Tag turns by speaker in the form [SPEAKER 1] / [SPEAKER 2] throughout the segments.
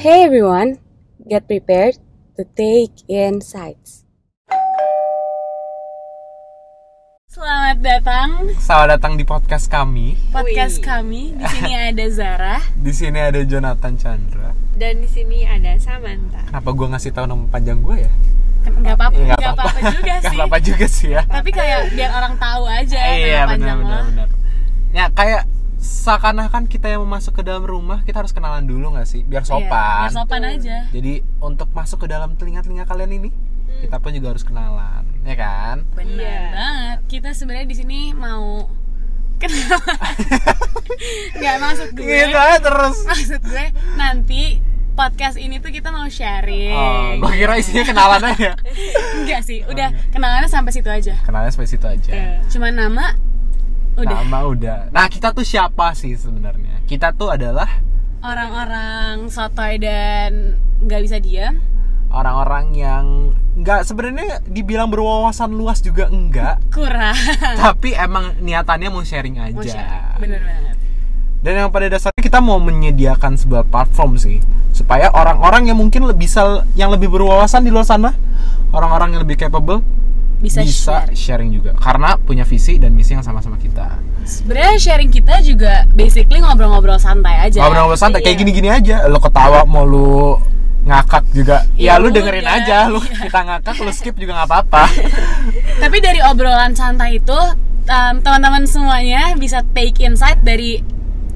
[SPEAKER 1] Hey everyone, get prepared to take in sights.
[SPEAKER 2] Selamat datang
[SPEAKER 3] Selamat datang di podcast kami.
[SPEAKER 2] podcast
[SPEAKER 4] Wih.
[SPEAKER 2] kami. Di sini ada Zara.
[SPEAKER 3] Di sini ada Jonathan Chandra.
[SPEAKER 4] dan di sini ada Samantha.
[SPEAKER 3] Kenapa gue ngasih tahu nama panjang gue ya?
[SPEAKER 2] Enggak apa-apa,
[SPEAKER 3] Ya,
[SPEAKER 2] nggak apa-apa juga
[SPEAKER 3] Nggak
[SPEAKER 2] Iya sih.
[SPEAKER 3] apa-apa juga sih ya.
[SPEAKER 2] Tapi kayak biar orang tahu aja
[SPEAKER 3] Iya
[SPEAKER 2] nama
[SPEAKER 3] benar
[SPEAKER 2] panjang
[SPEAKER 3] benar
[SPEAKER 2] lo.
[SPEAKER 3] benar. Ya kayak seakan-akan kita yang mau masuk ke dalam rumah kita harus kenalan dulu nggak sih? Biar sopan.
[SPEAKER 2] Iya, biar sopan aja.
[SPEAKER 3] Jadi untuk masuk ke dalam telinga-telinga kalian ini
[SPEAKER 2] Hmm.
[SPEAKER 3] kita pun juga harus kenalan, ya kan?
[SPEAKER 2] Benar
[SPEAKER 4] Iya.
[SPEAKER 2] banget. Kita sebenarnya di sini mau kenalan. Nggak maksud gue.
[SPEAKER 3] Gitu aja terus.
[SPEAKER 2] Maksud gue nanti podcast ini tuh kita mau sharing.
[SPEAKER 3] Oh, iya. gue kira isinya kenalan aja.
[SPEAKER 2] Enggak sih, udah kenalannya sampai situ aja.
[SPEAKER 3] Kenalannya sampai situ aja.
[SPEAKER 2] Cuma nama Iya, udah
[SPEAKER 3] Iya. Nama udah. Nah kita tuh siapa sih sebenarnya? Kita tuh adalah
[SPEAKER 2] orang-orang sotoy dan nggak bisa diam.
[SPEAKER 3] orang-orang yang nggak sebenarnya dibilang berwawasan luas juga enggak
[SPEAKER 2] Kurang.
[SPEAKER 3] tapi emang niatannya mau sharing aja
[SPEAKER 2] Mau sharing. Bener banget.
[SPEAKER 3] dan yang pada dasarnya kita mau menyediakan sebuah platform sih supaya orang-orang yang mungkin lebih bisa yang lebih berwawasan di luar sana orang-orang yang lebih capable
[SPEAKER 2] bisa,
[SPEAKER 3] bisa,
[SPEAKER 2] share.
[SPEAKER 3] sharing juga karena punya visi dan misi yang sama-sama kita
[SPEAKER 2] Sebenarnya sharing kita juga basically ngobrol-ngobrol santai aja.
[SPEAKER 3] ngobrol-ngobrol santai
[SPEAKER 2] iya.
[SPEAKER 3] kayak gini-gini aja lo ketawa mau lu ngakak juga
[SPEAKER 2] Iya,
[SPEAKER 3] ya, lu
[SPEAKER 2] lu
[SPEAKER 3] dengerin
[SPEAKER 2] udah.
[SPEAKER 3] aja lu kita ngakak lu skip juga nggak apa-apa
[SPEAKER 2] Tapi dari obrolan santai itu em, teman-teman semuanya bisa take insight dari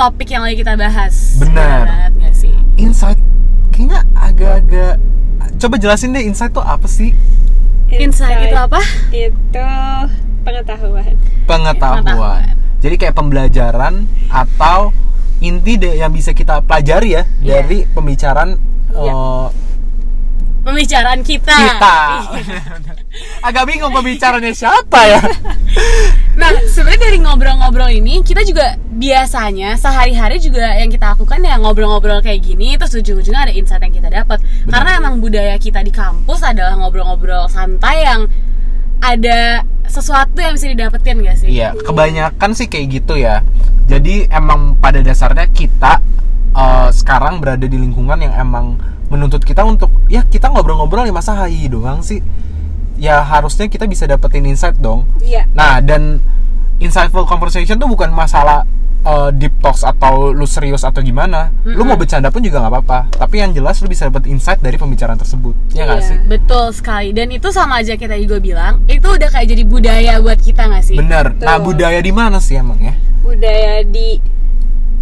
[SPEAKER 2] topik yang lagi kita bahas.
[SPEAKER 3] Benar.
[SPEAKER 2] banget nggak sih?
[SPEAKER 3] insight kayaknya agak-agak coba jelasin deh insight tuh apa sih
[SPEAKER 2] Insight itu apa?
[SPEAKER 4] Itu pengetahuan.
[SPEAKER 3] pengetahuan jadi kayak pembelajaran atau inti deh yang bisa kita pelajari ya
[SPEAKER 2] Iya.
[SPEAKER 3] dari pembicaraan
[SPEAKER 4] Iya.
[SPEAKER 3] eh,
[SPEAKER 2] Pembicaraan kita.
[SPEAKER 3] kita agak bingung pembicaranya siapa ya
[SPEAKER 2] Nah, sebenarnya dari ngobrol-ngobrol ini kita juga biasanya sehari-hari juga yang kita lakukan ya ngobrol-ngobrol kayak gini terus ujung-ujungnya ada insight yang kita dapat. Karena emang budaya kita di kampus adalah ngobrol-ngobrol santai yang ada sesuatu yang bisa didapetin gak sih?
[SPEAKER 3] Iya, kebanyakan sih kayak gitu ya. Jadi emang pada dasarnya kita eh, sekarang berada di lingkungan yang emang menuntut kita untuk ya kita ngobrol-ngobrol ya masa hai doang sih. Ya harusnya kita bisa dapetin insight dong.
[SPEAKER 4] Iya.
[SPEAKER 3] Nah, dan insightful conversation tuh bukan masalah eh, deep talks atau lu serius atau gimana. Lu mau bercanda pun juga nggak apa-apa, tapi yang jelas lu bisa dapet insight dari pembicaraan tersebut. Ya nggak
[SPEAKER 4] Iya.
[SPEAKER 3] sih?
[SPEAKER 2] Betul sekali. Dan itu sama aja kita juga bilang, itu udah kayak jadi budaya buat kita gak sih?
[SPEAKER 3] Bener. Nah,
[SPEAKER 4] Betul.
[SPEAKER 3] budaya di mana sih emang ya?
[SPEAKER 4] Budaya di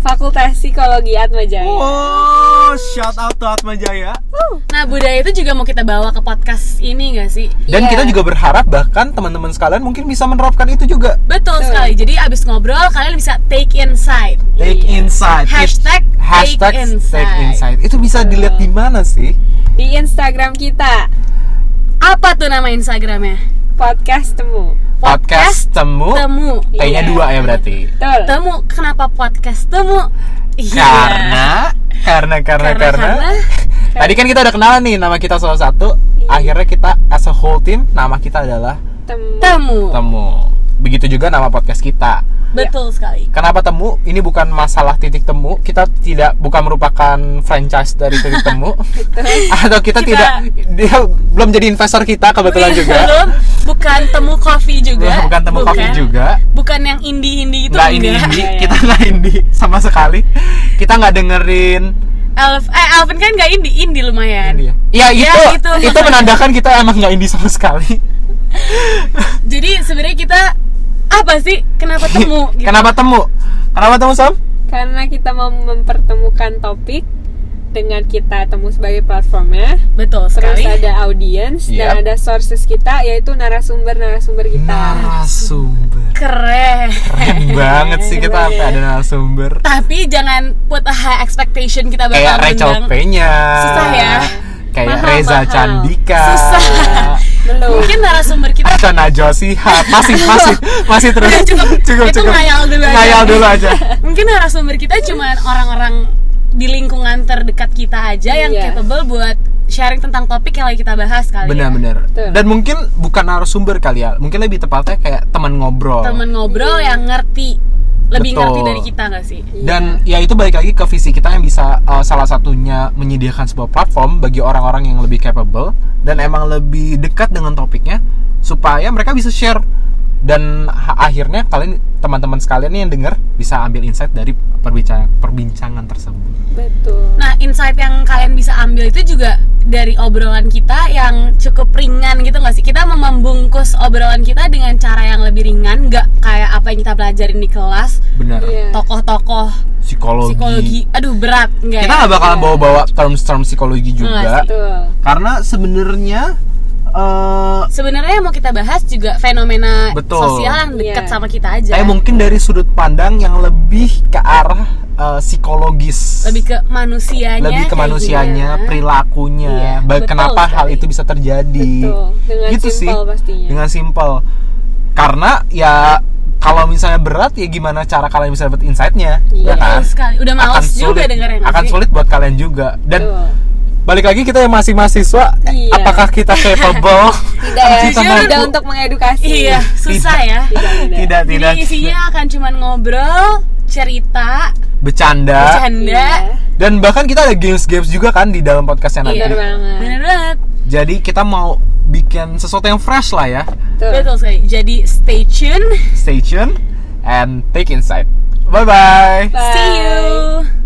[SPEAKER 4] Fakultas Psikologi Atmajaya.
[SPEAKER 3] Oh, shout out to Atma Jaya.
[SPEAKER 2] Nah, budaya itu juga mau kita bawa ke podcast ini gak sih?
[SPEAKER 3] Dan
[SPEAKER 4] Iya.
[SPEAKER 3] kita juga berharap bahkan teman-teman sekalian mungkin bisa menerapkan itu juga.
[SPEAKER 2] Betul
[SPEAKER 4] Betul.
[SPEAKER 2] sekali. Jadi abis ngobrol kalian bisa take insight. Iya.
[SPEAKER 3] Take insight.
[SPEAKER 2] Hashtag
[SPEAKER 3] It- hashtag
[SPEAKER 2] take insight.
[SPEAKER 3] take insight. Itu bisa dilihat di mana sih?
[SPEAKER 4] Di Instagram kita
[SPEAKER 2] Apa tuh nama Instagramnya?
[SPEAKER 4] podcast temu.
[SPEAKER 3] Podcast, temu.
[SPEAKER 2] temu.
[SPEAKER 3] T-nya
[SPEAKER 4] Iya.
[SPEAKER 3] dua ya berarti.
[SPEAKER 4] Betul.
[SPEAKER 2] Temu. Kenapa podcast temu? Iya.
[SPEAKER 3] Karena, karena karena
[SPEAKER 2] Karena-
[SPEAKER 3] karena Tadi kan kita udah kenalan nih nama kita salah satu. Akhirnya kita as a whole team nama kita adalah
[SPEAKER 4] Temu.
[SPEAKER 2] temu.
[SPEAKER 3] Temu. ya. Begitu juga nama podcast kita.
[SPEAKER 2] Betul sekali.
[SPEAKER 3] Kenapa temu? Ini bukan masalah titik temu. Kita tidak bukan merupakan franchise dari titik temu. Atau
[SPEAKER 2] Kita-
[SPEAKER 3] kita, tidak dia belum jadi investor kita kebetulan juga.
[SPEAKER 2] Belum bukan temu coffee juga.
[SPEAKER 3] Bukan temu coffee juga.
[SPEAKER 2] Bukan yang indie-indie gitu, itu
[SPEAKER 3] Nggak indie indie,
[SPEAKER 4] Iya, iya.
[SPEAKER 3] kita nggak indie sama sekali. Kita nggak dengerin.
[SPEAKER 2] Elf, eh Alvin kan nggak indie, indie lumayan.
[SPEAKER 3] Indie ya? Iya
[SPEAKER 2] Ya,
[SPEAKER 3] itu,
[SPEAKER 2] itu
[SPEAKER 3] itu
[SPEAKER 2] makanya.
[SPEAKER 3] menandakan kita emang nggak indie sama sekali.
[SPEAKER 2] Jadi sebenarnya kita apa sih? Kenapa temu? gitu.
[SPEAKER 3] Kenapa temu? Kenapa temu Sam?
[SPEAKER 4] Karena kita mau mempertemukan topik dengan kita temu sebagai platformnya.
[SPEAKER 2] Betul
[SPEAKER 4] Terus
[SPEAKER 2] sekali.
[SPEAKER 4] ada audience dan
[SPEAKER 3] Yap.
[SPEAKER 4] ada sources kita yaitu narasumber-narasumber
[SPEAKER 3] Nah.
[SPEAKER 4] kita.
[SPEAKER 3] Narasumber.
[SPEAKER 2] Keren.
[SPEAKER 3] Keren banget sih kita sampai ada narasumber.
[SPEAKER 2] Tapi jangan put a high expectation kita bakal
[SPEAKER 3] kayak Rachel
[SPEAKER 2] ngundang-
[SPEAKER 3] P-nya.
[SPEAKER 2] Susah ya.
[SPEAKER 3] Kayak
[SPEAKER 2] Mahal,
[SPEAKER 3] Reza
[SPEAKER 2] mahal.
[SPEAKER 3] Candika.
[SPEAKER 2] Susah.
[SPEAKER 4] Belum.
[SPEAKER 2] Mungkin narasumber kita
[SPEAKER 3] Atau Najwa Shihab. Masih, masih, masih terus.
[SPEAKER 2] Udah, cukup. Itu ngayal dulu aja.
[SPEAKER 3] Ngayal dulu aja.
[SPEAKER 2] mungkin narasumber kita cuman orang-orang di lingkungan terdekat kita aja yang
[SPEAKER 4] Iya.
[SPEAKER 2] capable buat sharing tentang topik yang lagi kita bahas kali ya.
[SPEAKER 3] Benar-benar.
[SPEAKER 4] Betul.
[SPEAKER 3] Dan mungkin bukan narasumber kali ya. Mungkin lebih tepatnya kayak teman ngobrol.
[SPEAKER 2] Temen ngobrol yang ngerti lebih
[SPEAKER 3] Betul.
[SPEAKER 2] ngerti dari kita nggak sih
[SPEAKER 3] Dan ya itu balik lagi ke visi kita yang bisa uh, salah satunya menyediakan sebuah platform bagi orang-orang yang lebih capable dan emang lebih dekat dengan topiknya supaya mereka bisa share dan ha- akhirnya kalian teman-teman sekalian nih yang dengar bisa ambil insight dari perbincangan perbincangan tersebut.
[SPEAKER 4] betul
[SPEAKER 2] Nah, insight yang kalian bisa ambil itu juga dari obrolan kita yang cukup ringan gitu nggak sih? Kita mem- membungkus obrolan kita dengan cara yang lebih ringan, nggak kayak apa yang kita pelajarin di kelas,
[SPEAKER 3] Benar.
[SPEAKER 4] Iya.
[SPEAKER 2] tokoh-tokoh
[SPEAKER 3] Psikologi.
[SPEAKER 2] psikologi. Aduh, berat nggak
[SPEAKER 3] Kita
[SPEAKER 2] ya?
[SPEAKER 3] nggak bakalan bawa-bawa term-term psikologi juga
[SPEAKER 4] betul
[SPEAKER 3] karena sebenarnya eh,
[SPEAKER 2] Sebenarnya yang mau kita bahas juga fenomena
[SPEAKER 3] Betul.
[SPEAKER 2] sosial yang dekat
[SPEAKER 4] Iya.
[SPEAKER 2] sama kita aja.
[SPEAKER 3] Tapi mungkin dari sudut pandang yang lebih ke arah eh, psikologis.
[SPEAKER 2] lebih ke manusianya.
[SPEAKER 3] Lebih ke
[SPEAKER 2] kayak
[SPEAKER 3] manusianya,
[SPEAKER 2] gimana.
[SPEAKER 3] perilakunya,
[SPEAKER 2] Iya,
[SPEAKER 3] ba-
[SPEAKER 2] betul
[SPEAKER 3] kenapa hal
[SPEAKER 2] sekali.
[SPEAKER 3] itu bisa terjadi.
[SPEAKER 4] betul dengan
[SPEAKER 3] gitu sih.
[SPEAKER 4] simpel pastinya
[SPEAKER 3] Dengan simpel. Karena ya kalau misalnya berat ya gimana cara kalian bisa dapat insight-nya?
[SPEAKER 4] Iya,
[SPEAKER 3] ya kan?
[SPEAKER 2] Betul sekali. Udah
[SPEAKER 3] Akan
[SPEAKER 2] males juga
[SPEAKER 3] sulit-
[SPEAKER 2] dengerin nggak
[SPEAKER 3] Akan
[SPEAKER 2] sih?
[SPEAKER 3] sulit buat kalian juga. Dan
[SPEAKER 4] Betul.
[SPEAKER 3] balik lagi kita yang masih mahasiswa, eh,
[SPEAKER 4] Iya.
[SPEAKER 3] apakah kita capable?
[SPEAKER 4] tidak ya
[SPEAKER 3] Kita
[SPEAKER 4] tidak,
[SPEAKER 3] mampu.
[SPEAKER 4] untuk mengedukasi
[SPEAKER 2] Iya, susah ya.
[SPEAKER 4] tidak tidak,
[SPEAKER 3] tidak,
[SPEAKER 2] Jadi
[SPEAKER 3] tidak.
[SPEAKER 2] isinya akan cuman ngobrol, cerita,
[SPEAKER 3] Iya. Bercanda.
[SPEAKER 2] bercanda.
[SPEAKER 3] Dan bahkan kita ada games-games juga kan di dalam podcastnya nanti.
[SPEAKER 4] Iya, benar banget
[SPEAKER 2] Bener banget.
[SPEAKER 3] Jadi kita mau bikin sesuatu yang fresh lah ya.
[SPEAKER 4] Betul.
[SPEAKER 2] Betul sekali. Jadi stay tune.
[SPEAKER 3] Stay tuned and take insight. Bye bye.
[SPEAKER 4] Bye.
[SPEAKER 2] See you.